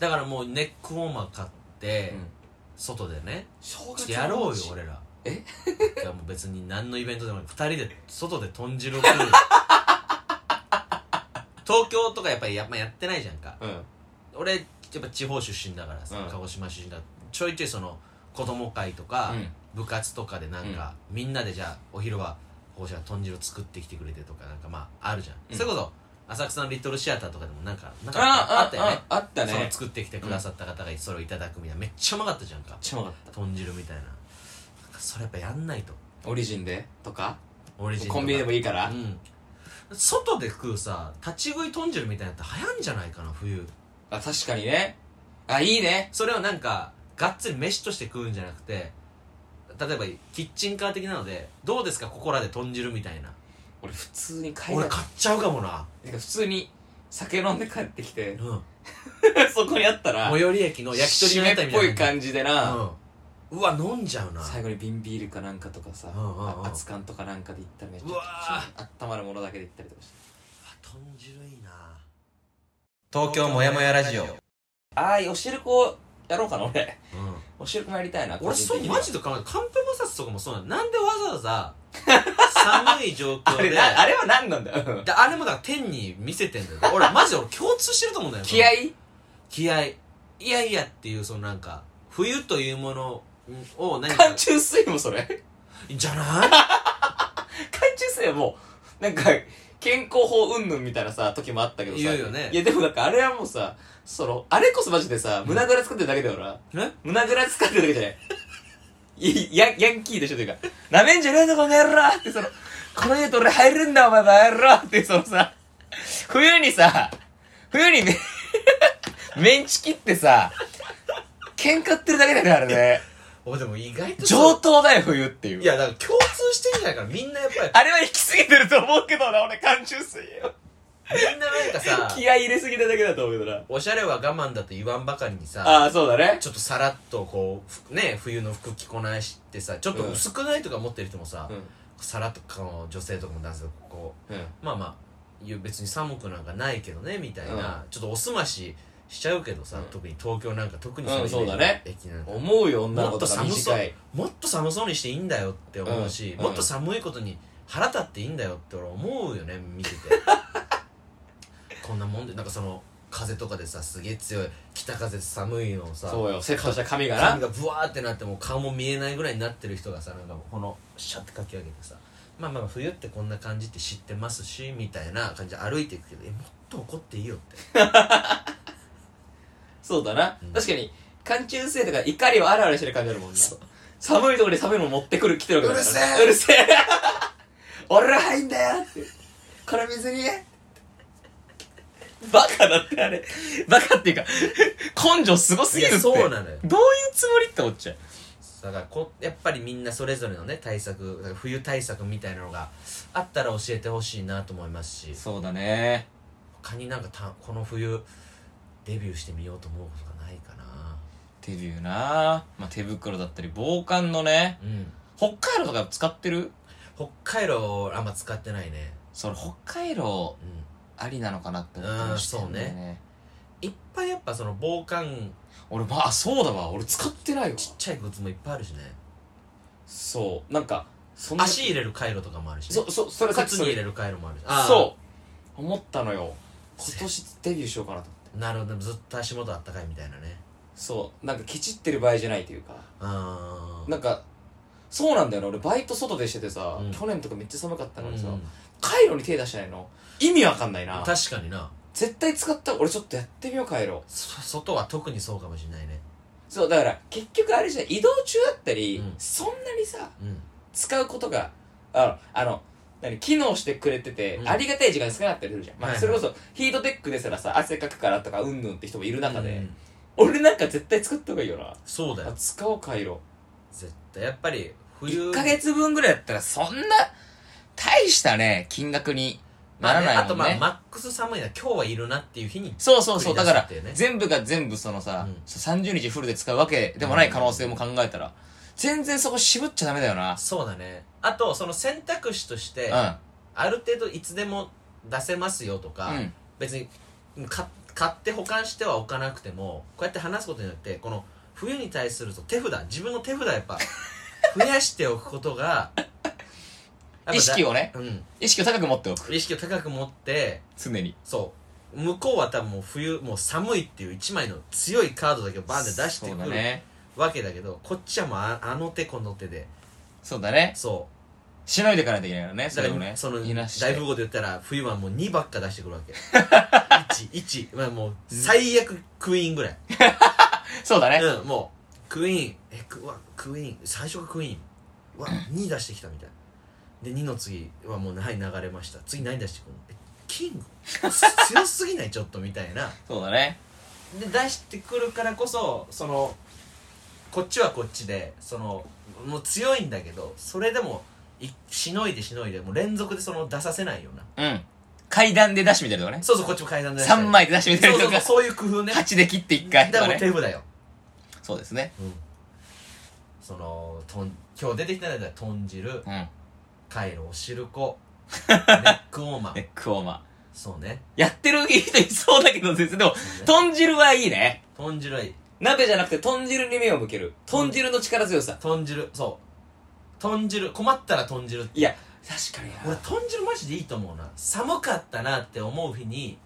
Speaker 1: だからもうネックウォーマー買って、
Speaker 2: ん、
Speaker 1: 外でね
Speaker 3: 正
Speaker 1: ちょっ
Speaker 3: 月
Speaker 1: とやろうよ俺ら
Speaker 2: え
Speaker 1: いやもう別に何のイベントでもない2人で外で豚汁を 食う東京とかやっぱりやっぱやってないじゃんか
Speaker 2: うん
Speaker 1: 俺やっぱ地方出身だからさ、
Speaker 2: うん
Speaker 1: 鹿児島出身だちょいちょいその子供会とか、
Speaker 2: うん
Speaker 1: 部活とかでなんか、みんなでじゃあお昼はこうしたら豚汁を作ってきてくれてとかなんかまああるじゃん、
Speaker 2: うん
Speaker 1: それこそ浅草のリトルシアターとかでもなんかなんかあ
Speaker 2: あ
Speaker 1: ったよね
Speaker 2: あああったね
Speaker 1: その作ってきてくださった方がそれをいただくみたいなめっちゃうまかったじゃんか
Speaker 2: ちゃうまかっ
Speaker 1: 豚汁みたいななんかそれやっぱやんないと
Speaker 2: たオリジンでとか
Speaker 1: オリジン
Speaker 2: コンビニでも
Speaker 1: いい
Speaker 2: いいから、
Speaker 1: うん外で食うさ立ち食い豚汁みたいなのって流行んじゃないかな冬
Speaker 2: あ確かにねあいいね
Speaker 1: それをなんかがっつり飯として食うんじゃなくて例えばキッチンカー的なのでどうですかここらで豚汁みたいな
Speaker 2: 俺普通に帰
Speaker 1: 俺買っちゃうかもな
Speaker 2: てか普通に酒飲んで帰ってき
Speaker 1: う
Speaker 2: て
Speaker 1: ん
Speaker 2: そこにあったら
Speaker 1: 最寄り駅の焼き鳥の屋台
Speaker 2: 締
Speaker 1: み
Speaker 2: めったぽ
Speaker 1: いない
Speaker 2: 感じでな、
Speaker 1: うんうわ飲んじゃうな
Speaker 2: 最後に瓶ビールかなんかとかさ、
Speaker 1: うんうんうん
Speaker 2: あ熱燗とかなんかで行ったらめっちゃ
Speaker 1: うわ
Speaker 2: 温まるものだけで行ったりとかして
Speaker 1: 豚汁いいな
Speaker 2: 東京もやもやラジオああおしるこやろうかな俺
Speaker 1: うん
Speaker 2: おしるこもやりたいな
Speaker 1: 俺そうマジ
Speaker 2: で
Speaker 1: で考えカンペ摩擦とかもそうなのなんでわざわ ざ寒い状況
Speaker 2: あ
Speaker 1: で
Speaker 2: れなあれは何なんだようん
Speaker 1: であれもだから天に見せてんだよ俺マジで俺共通してると思うんだよ
Speaker 2: 気合
Speaker 1: い
Speaker 2: い
Speaker 1: 気合いいやいやっていうそのなんか冬というものを何か
Speaker 2: 缶中水もそれ
Speaker 1: じゃない
Speaker 2: 缶中水はもうなんか健康法云々みたいなさ時もあったけどさ
Speaker 1: 言うよね
Speaker 2: いやでもなんかあれはもうさそのあれこそマジでさ胸ぐら作ってるだけだよな
Speaker 1: え
Speaker 2: 胸ぐら使ってるだけじゃないいやヤンキーでしょというか「なめんじゃねえぞこの野郎!」ってその「この家と俺入るんだお前バカ野郎!」ってそのさ冬にさ冬にね メンチ切ってさ喧嘩ってるだけだよねあれね
Speaker 1: 俺でも意外と
Speaker 2: 上
Speaker 1: そ
Speaker 2: 等だよ冬っていうう
Speaker 1: いやだから共通してんじゃないからみんなやっぱ
Speaker 2: あれは行き過ぎてると思うけどな俺缶中水よ
Speaker 1: りみんななんかさ
Speaker 2: 気合い入れすぎただけだと思うけどな
Speaker 1: おしゃれは我慢だと言わんばかりにさ
Speaker 2: ああそうだね
Speaker 1: ちょっとさらっとこうふね冬の服着こなしてさちょっと薄くないとか持ってる人もさ、
Speaker 2: うん
Speaker 1: さらっとこの女性とかも男性とかこ
Speaker 2: うん
Speaker 1: うまあまあいや別に寒くなんかないけどねみたいな、ちょっとおすまししちゃうけどさ、
Speaker 2: うん
Speaker 1: 特に東京なんか特に
Speaker 2: うん
Speaker 1: そ
Speaker 2: そうだね
Speaker 1: 駅なんか
Speaker 2: 思うよ女の子とか
Speaker 1: もっと寒そう
Speaker 2: 短い
Speaker 1: もっと寒そうにしていいんだよって思うし、
Speaker 2: うん
Speaker 1: もっと寒いことに腹立っていいんだよって俺思うよね見て てこんなもんでなんかその風とかでさすげえ強い北風寒いのをさ
Speaker 2: そうよセットした髪がな
Speaker 1: 髪がブワーってなってもう顔も見えないぐらいになってる人がさなんかもうこのシャッてかき上げてさまあまあ冬ってこんな感じって知ってますしみたいな感じで歩いていくけどえもっと怒っていいよっ て
Speaker 2: そうだな、
Speaker 1: うん
Speaker 2: 確かに寒中性とか怒りをあらわにしてる感じあるもんな
Speaker 1: そう
Speaker 2: 寒いところで寒いの持ってくる来てるわけだから
Speaker 1: う
Speaker 2: うるせえ俺ら入んだよってこの水にね
Speaker 3: バカだってあれ。
Speaker 2: バカっていうか、根性すごすぎるって。
Speaker 1: いやそうなのよ
Speaker 2: どういうつもりって思っちゃう。
Speaker 1: だからこやっぱりみんなそれぞれのね対策だから冬対策みたいなのがあったら教えてほしいなと思いますし
Speaker 2: そうだね。
Speaker 1: 他になんかたこの冬デビューしてみようと思うことがないかな
Speaker 2: デビューなまあ、手袋だったり、防寒のね。
Speaker 1: うん
Speaker 2: 北海道とか使ってる
Speaker 1: 北海道あんま使ってないね
Speaker 2: それ北海道
Speaker 1: うん
Speaker 2: ありなのかなって思ったりしてんだよ
Speaker 1: うんそう
Speaker 2: ね。
Speaker 1: いっぱいやっぱその防寒
Speaker 2: 俺、まあ、そうだわ。俺使ってないわ。
Speaker 1: ちっちゃいグッズもいっぱいあるしね
Speaker 3: そう。なんか、そんな
Speaker 1: 足入れる回路とかもあるし、ね、
Speaker 3: そ、そ、それさっき
Speaker 1: 靴
Speaker 3: そ
Speaker 1: に入
Speaker 3: れ
Speaker 1: れる回路もあるし
Speaker 3: そう。思ったのよ。今年デビューしようかなと思って。
Speaker 1: うなるほどずっと足元あったかいみたいなね
Speaker 3: そう。なんかケチってる場合じゃないというか。
Speaker 1: あ
Speaker 3: なんか、そうなんだよな。俺バイト外でしててさ、
Speaker 1: うん
Speaker 3: 去年とかめっちゃ寒かった
Speaker 1: あ
Speaker 3: のにさ、回路に手出してないの。意味わかんないな。
Speaker 1: 確かにな
Speaker 3: 絶対使った俺ちょっとやってみよう回路。
Speaker 1: そ外は特にそうかもしれないね
Speaker 3: そう、だから、結局あれじゃない移動中だったり、
Speaker 1: うん
Speaker 3: そんなにさ、
Speaker 1: うん
Speaker 3: 使うことが、あの、あの、何機能してくれてて、
Speaker 1: うん
Speaker 3: ありがたい時間が少なかったりするじゃん。まあ、
Speaker 1: はいはい
Speaker 3: それこそ、ヒートテックですらさ、汗かくからとか、うんぬんって人もいる中で、
Speaker 1: うん
Speaker 3: 俺なんか絶対使った方がいいよな。
Speaker 1: そうだ
Speaker 3: あ
Speaker 1: よ
Speaker 3: 使おう、回路。
Speaker 1: 絶対やっぱり冬
Speaker 2: 1ヶ月分ぐらいだったら、そんな、大したね、金額にならない
Speaker 1: まあ
Speaker 2: もんね。
Speaker 1: ねあとまあマックス寒いな今日はいるなっていう日に
Speaker 2: そうそうそう。
Speaker 1: 繰
Speaker 2: だ
Speaker 1: り
Speaker 2: か
Speaker 1: 出すっ
Speaker 2: ら
Speaker 1: ていうね、
Speaker 2: 全部が全部そのさ、
Speaker 1: うん
Speaker 2: 30日フルで使うわけでもない可能性も考えたら、全然そこ渋っちゃダメだよな。
Speaker 1: そうだねあとその選択肢として、
Speaker 2: う
Speaker 1: ある程度いつでも出せますよとか、
Speaker 2: ん。うん。
Speaker 1: 別にか買って保管してはおかなくてもこうやって話すことによってこの冬に対するその手札自分の手札やっ ぱ増やしておくことがやっぱだ
Speaker 2: 意識をね、
Speaker 1: うん
Speaker 2: 意識を高く持っておく。
Speaker 1: 意識を高く持って
Speaker 2: 常に。
Speaker 1: そう向こうは多分もう冬もう寒いっていう一枚の強いカードだけをバンって出して
Speaker 2: そう
Speaker 1: く
Speaker 2: だ
Speaker 1: る、
Speaker 2: ね。
Speaker 1: わけだけどこっちはもうああの手この手で
Speaker 2: そうだね。
Speaker 1: そ
Speaker 2: しのいでいかないといけないからね、
Speaker 1: う
Speaker 2: それをね。
Speaker 1: その
Speaker 2: いなして
Speaker 1: 大富豪で言ったら冬はもう2ばっか出してくるわ け 1, 1まあもう最悪クイーンぐらい
Speaker 2: そうだね。
Speaker 1: うん、もう、クイーン、え、クうわクイーン、最初がクイーン、うわ、2出してきたみたい。で、2の次はもう、はい、流れました。次何出してくるのえ、キングす強すぎないちょっとみたいな。
Speaker 2: そうだね。
Speaker 1: で、出してくるからこそ、その、こっちはこっちで、その、もう強いんだけど、それでも、いしのいでしのいで、もう連続でその出させないような。
Speaker 2: うん。階段で出しみたいなとかね。
Speaker 1: そうそう、こっちも階段で出したり
Speaker 2: 3枚で出しみたい
Speaker 1: そう
Speaker 2: な
Speaker 1: そ
Speaker 2: と
Speaker 1: うそう、
Speaker 2: か。
Speaker 1: そういう工夫ね。
Speaker 2: 8で切って1回と
Speaker 1: だか
Speaker 2: か
Speaker 1: らもう
Speaker 2: ね。
Speaker 1: 手札よ。
Speaker 2: そうですね。
Speaker 1: うんそのとん今日出てきたのは豚汁
Speaker 2: うん。ネ
Speaker 1: カイロおしるこネックウォーマ ー
Speaker 2: ックウォーマー。
Speaker 1: そうね
Speaker 2: やってる人いそうだけど、全然。でも、豚汁はいいね。
Speaker 1: 豚汁はいい
Speaker 3: 鍋じゃなくて豚汁に目を向ける。豚汁の力強さ。
Speaker 1: 豚汁そう豚汁困ったら豚汁って
Speaker 3: いや、確かに
Speaker 1: 俺
Speaker 3: な。
Speaker 1: 豚汁マジでいいと思うな寒かったなって思う日に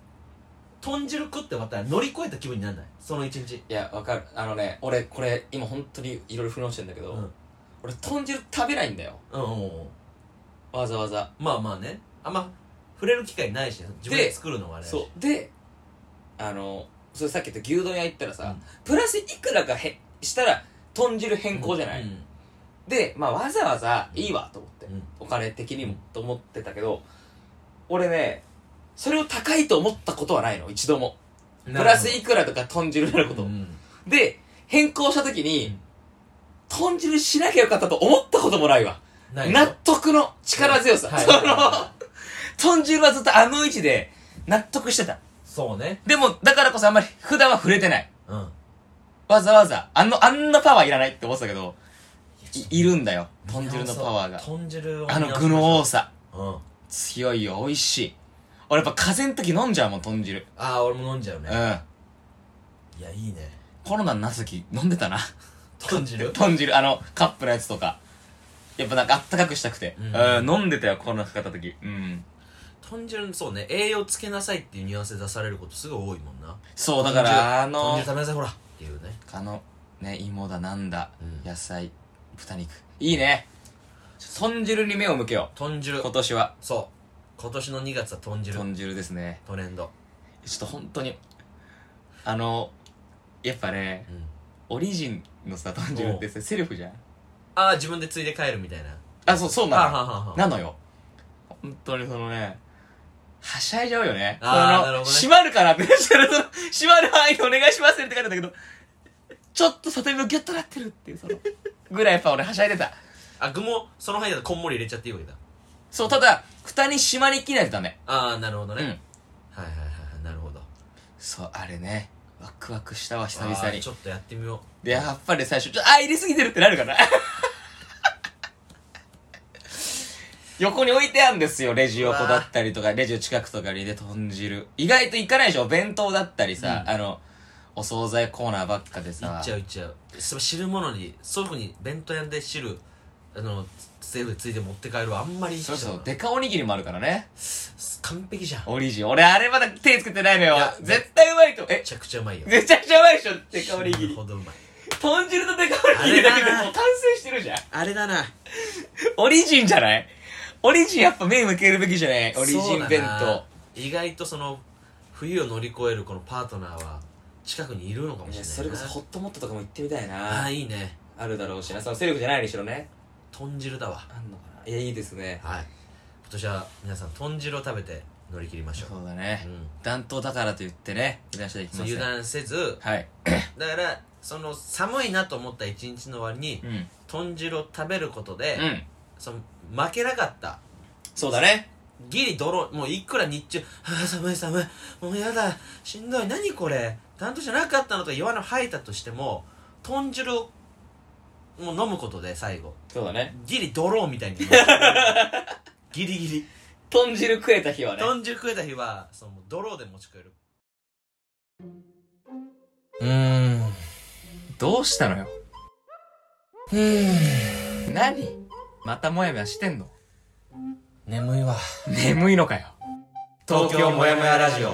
Speaker 1: 豚汁食ってまた乗り越えた気分にならないその一日
Speaker 3: いや、わかる。あのね、俺、これ、今本当にいろいろ振り直してんだけ
Speaker 1: う
Speaker 3: ど、
Speaker 1: んうん
Speaker 3: 俺、豚汁食べないんだよ。
Speaker 1: うんうん
Speaker 3: わざわざ。
Speaker 1: まあまあねあんま触れる機会ないし自分で作るのはあれだし
Speaker 3: そう。で、あの、それさっき言った牛丼屋行ったらさ、
Speaker 1: うん
Speaker 3: プラスいくらかへしたら、豚汁変更じゃない、
Speaker 1: うん
Speaker 3: で、まあわざわざいいわと思って、
Speaker 1: うん
Speaker 3: お金的に
Speaker 1: う
Speaker 3: も
Speaker 1: ん
Speaker 3: と思ってたけど、俺ね、それを高いと思ったことはないの、一度も。プラスいくらとか豚汁になること。
Speaker 1: うん
Speaker 3: で、変更した時に、
Speaker 1: うん
Speaker 3: 豚汁しなきゃよかったと思ったこともないわ。
Speaker 1: ない
Speaker 3: 納得の力強さ。
Speaker 1: はい
Speaker 3: その、豚汁はずっとあの位置で納得してた。
Speaker 1: そうね
Speaker 2: でも、だからこそあんまり普段は触れてない。
Speaker 1: うん
Speaker 2: わざわざ、あの、あんなパワーいらないって思ってたけど、いいるんだよ。豚汁のパワーが。
Speaker 1: 豚汁を見
Speaker 2: あの
Speaker 1: 直しましょう
Speaker 2: 具の多さ。
Speaker 1: うんあ
Speaker 2: 強いよ、美味しい。俺やっぱ風邪の時飲んじゃうもん、豚汁。
Speaker 1: あー俺も飲んじゃう
Speaker 2: う
Speaker 1: ね、
Speaker 2: ん。
Speaker 1: いやいいね
Speaker 2: コロナになった時飲んでたな。
Speaker 1: 豚汁
Speaker 2: 豚汁、あの、カップのやつとか。やっぱなんかあったかくしたくて。
Speaker 1: う
Speaker 2: うん、飲んでたよ、コロナかかった時。うん。
Speaker 1: 豚汁そうね栄養つけなさいっていうニュアンスで出されることすごい多いもんな
Speaker 2: そう、だから、あ
Speaker 1: 豚
Speaker 2: の
Speaker 1: 汁、食べなさいほらっていうね
Speaker 2: あの、ね、芋だなんだ、
Speaker 1: うん
Speaker 2: 野菜、豚肉。いいね。ちょ豚汁に目を向けよ
Speaker 1: 豚
Speaker 2: う。
Speaker 1: 汁
Speaker 2: 今年は。
Speaker 1: そう今年の2月は豚汁
Speaker 2: 豚汁ですね。
Speaker 1: トレンド
Speaker 2: ちょっと本当に、あの、やっぱね、
Speaker 1: うん
Speaker 2: オリジンのさ、豚汁ってさセルフじゃん
Speaker 1: ああ自分でついで帰るみたいな
Speaker 2: あ、そう、そう
Speaker 1: はあ
Speaker 2: な
Speaker 1: は
Speaker 2: の。
Speaker 1: あはあはあ
Speaker 2: なのよ。本当にそのね、はしゃいじゃうよね。
Speaker 3: あー
Speaker 2: そ
Speaker 3: なる
Speaker 2: の
Speaker 3: ほどね
Speaker 2: 閉まるからって言ったら、その、閉まる範囲でお願いしますねって書いてあったけど、ちょっと里見をギュッとなってるっていう、その、ぐらいやっぱ俺はしゃいでた。
Speaker 1: あ具もその範囲だとこんもり入れちゃっていいわけだ
Speaker 2: そう、ただ、蓋に閉まりきりないとダメ。
Speaker 1: ああなるほど
Speaker 2: うん
Speaker 1: ね、。はいはいはいはいなるほど
Speaker 2: そう、あれね。ワクワクしたわ、久々
Speaker 1: あー
Speaker 2: に
Speaker 1: ち。ょっとやってみよ
Speaker 2: で、やっぱり最初、ちょっと、あ、入れすぎてるってなる から。横に置いてあるんですよ、レジ横だったりとか、レジの近くとかにで豚汁。意外と行かないでしょ、お弁当だったりさ、あの、お惣菜コーナーばっかで
Speaker 1: うい
Speaker 2: さ
Speaker 1: っち。ゃういっちゃうそう汁物にそういうふうに弁当屋で汁あのセーフでついて持って帰るはあんまりいい
Speaker 2: そうそう、デカおにぎりもあるからね。
Speaker 1: 完璧じゃんめ
Speaker 2: オリジン。俺、あれまだ手つけてないのよ
Speaker 1: いや。
Speaker 2: 絶対うまいと。え、
Speaker 1: ちゃくちゃうまいよ
Speaker 2: めちゃくちゃうまいでしょ、デカおにぎ
Speaker 1: 死ぬ
Speaker 2: り。
Speaker 1: ほどうまい
Speaker 2: 豚汁とデカおにぎりだけ
Speaker 1: あれ
Speaker 2: で
Speaker 1: だな
Speaker 2: もう完成してるじゃん。
Speaker 1: あれだな
Speaker 2: オリジンじゃないオリジンやっぱ目向けるべきじゃないオリジン弁
Speaker 1: そうだな
Speaker 2: 当。
Speaker 1: 意外とその冬を乗り越えるこのパートナーは近くにいるのかもし
Speaker 3: や
Speaker 1: れないな
Speaker 3: それこそホットモットとかも行ってみたい
Speaker 1: あ
Speaker 3: な
Speaker 1: あいいね
Speaker 3: あるだろうしなそのセルフじゃないにしろね
Speaker 1: 豚汁だわ
Speaker 3: あんのかないやいいですね
Speaker 1: はい今年は皆さん豚汁を食べて乗り切りましょう
Speaker 2: そうだね。
Speaker 1: うん
Speaker 2: 暖冬だからと言ってね、油断してはいき
Speaker 1: そう
Speaker 2: ませ
Speaker 1: 油
Speaker 2: ん。
Speaker 1: 断せず
Speaker 2: はい。
Speaker 1: だからその寒いなと思った一日の終わりに
Speaker 2: うん。うん。
Speaker 1: 豚汁を食べることで、その負けなかった
Speaker 3: そうだね
Speaker 1: ギリ泥もういくら日中「あー寒い寒いもうやだしんどい何これ担当じゃなかったの?」とか弱音を吐いたとしても豚汁をもう飲むことで最後
Speaker 3: そうだね
Speaker 1: ギリ泥みたいに ギリギリ
Speaker 3: 豚汁食えた日はね
Speaker 1: 豚汁食えた日はその泥で持ち帰るうーん
Speaker 2: どうしたのよ
Speaker 1: うん
Speaker 2: 何またもやもやしてんの
Speaker 1: 眠いわ
Speaker 2: 眠いのかよ。
Speaker 1: 東京もやもやラジオ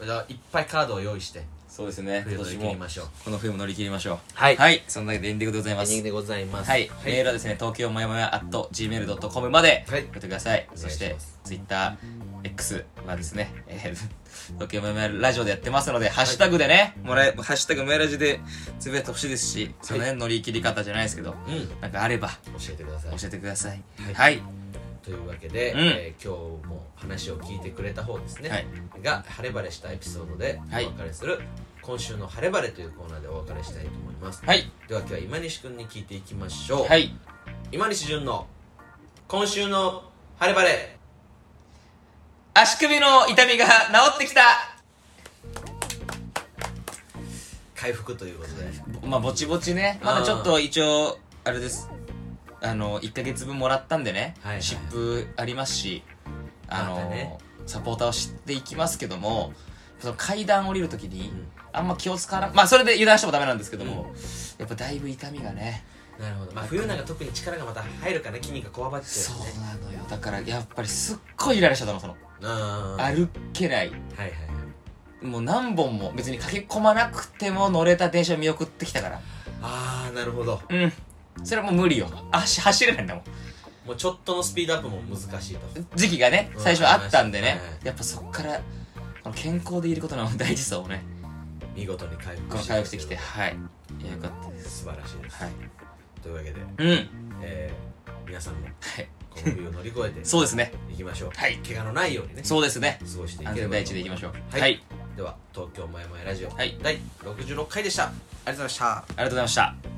Speaker 1: だからいっぱいカードを用意して
Speaker 3: そうですね
Speaker 1: 冬
Speaker 3: 今
Speaker 1: を乗
Speaker 3: 年
Speaker 1: り切り
Speaker 3: も
Speaker 1: ましょう
Speaker 3: この冬も乗り切りましょう
Speaker 1: はエン
Speaker 3: はいそんなわけでエンディングでございま
Speaker 1: ディング
Speaker 3: す
Speaker 1: でございます
Speaker 3: はい、メールはですね東京もやもや at gmail.com まで
Speaker 1: はい
Speaker 3: 送ってください、
Speaker 1: お願
Speaker 3: そ
Speaker 1: い
Speaker 3: し
Speaker 1: しま
Speaker 3: て
Speaker 1: す
Speaker 3: TwitterX はですね、えー、 東京もやもやラジオでやってますので、ハッシュタグでねもらえハッシュタグもやラジでつぶやいてほしいですしそのね、乗り切り方じゃないですけど
Speaker 1: うん
Speaker 3: なんかあれば
Speaker 1: 教えてください
Speaker 3: 教えてください
Speaker 1: はい
Speaker 3: はい
Speaker 1: というわけで、
Speaker 3: うん
Speaker 1: えー今日も話を聞いてくれた方ですね、
Speaker 3: はい
Speaker 1: が晴れ晴れしたエピソードでお
Speaker 3: はい
Speaker 1: 別れする、今週の晴れ晴れというコーナーでお別れしたいと思います、
Speaker 3: はい
Speaker 1: では今日は今西くんに聞いていきましょう、
Speaker 3: はい
Speaker 1: 今西純の今週の晴れ晴れ
Speaker 2: 足首の痛みが治ってきた
Speaker 1: 回復ということで
Speaker 3: まあぼちぼちねまだちょっと一応あれですあの1ヶ月分もらったんでね
Speaker 1: はいはい
Speaker 3: 湿布ありますしあの、
Speaker 1: またね
Speaker 3: サポーターを知っていきますけどもその階段降りるときに、
Speaker 1: ん
Speaker 3: あんま気を使わなまあそれで油断してもダメなんですけども、やっぱだいぶ痛みがね
Speaker 1: なるほど、まあ、冬なんか特に力がまた入るからね筋肉がこわばっちゃ
Speaker 3: そう
Speaker 1: よね
Speaker 3: うなのよだからやっぱりすっごいイライラしちゃったのその
Speaker 1: うんはい
Speaker 3: 歩けない
Speaker 1: はいはい
Speaker 3: もう何本も別に駆け込まなくても乗れた電車を見送ってきたから
Speaker 1: ああなるほど
Speaker 3: うんそれはもう無理よ足走れないんだもん
Speaker 1: もうちょっとのスピードアップも難しいと
Speaker 3: 時期がね
Speaker 1: うん
Speaker 3: 最初あったんでね
Speaker 1: ありましたね
Speaker 3: やっぱそっからこの健康でいることの大事さをね
Speaker 1: 見事に回
Speaker 3: こ
Speaker 1: 復
Speaker 3: の
Speaker 1: して
Speaker 3: 回復してきてはいいやよかったです
Speaker 1: 素晴らしいです、
Speaker 3: はい
Speaker 1: というわけで
Speaker 3: うん
Speaker 1: えー皆さんも
Speaker 3: はい
Speaker 1: こ の冬を乗り越えて
Speaker 3: そうですね
Speaker 1: いきましょう、
Speaker 3: はい
Speaker 1: 怪我のないようにね
Speaker 3: そうですね
Speaker 1: 過ごしてい
Speaker 3: 安
Speaker 1: けれ
Speaker 3: 全
Speaker 1: ば
Speaker 3: 第一でいきましょう
Speaker 1: はい、
Speaker 3: はい
Speaker 1: では東京もやもやラジオ、
Speaker 3: はい
Speaker 1: 第66回でしたありがとうございました
Speaker 3: ありがとうございました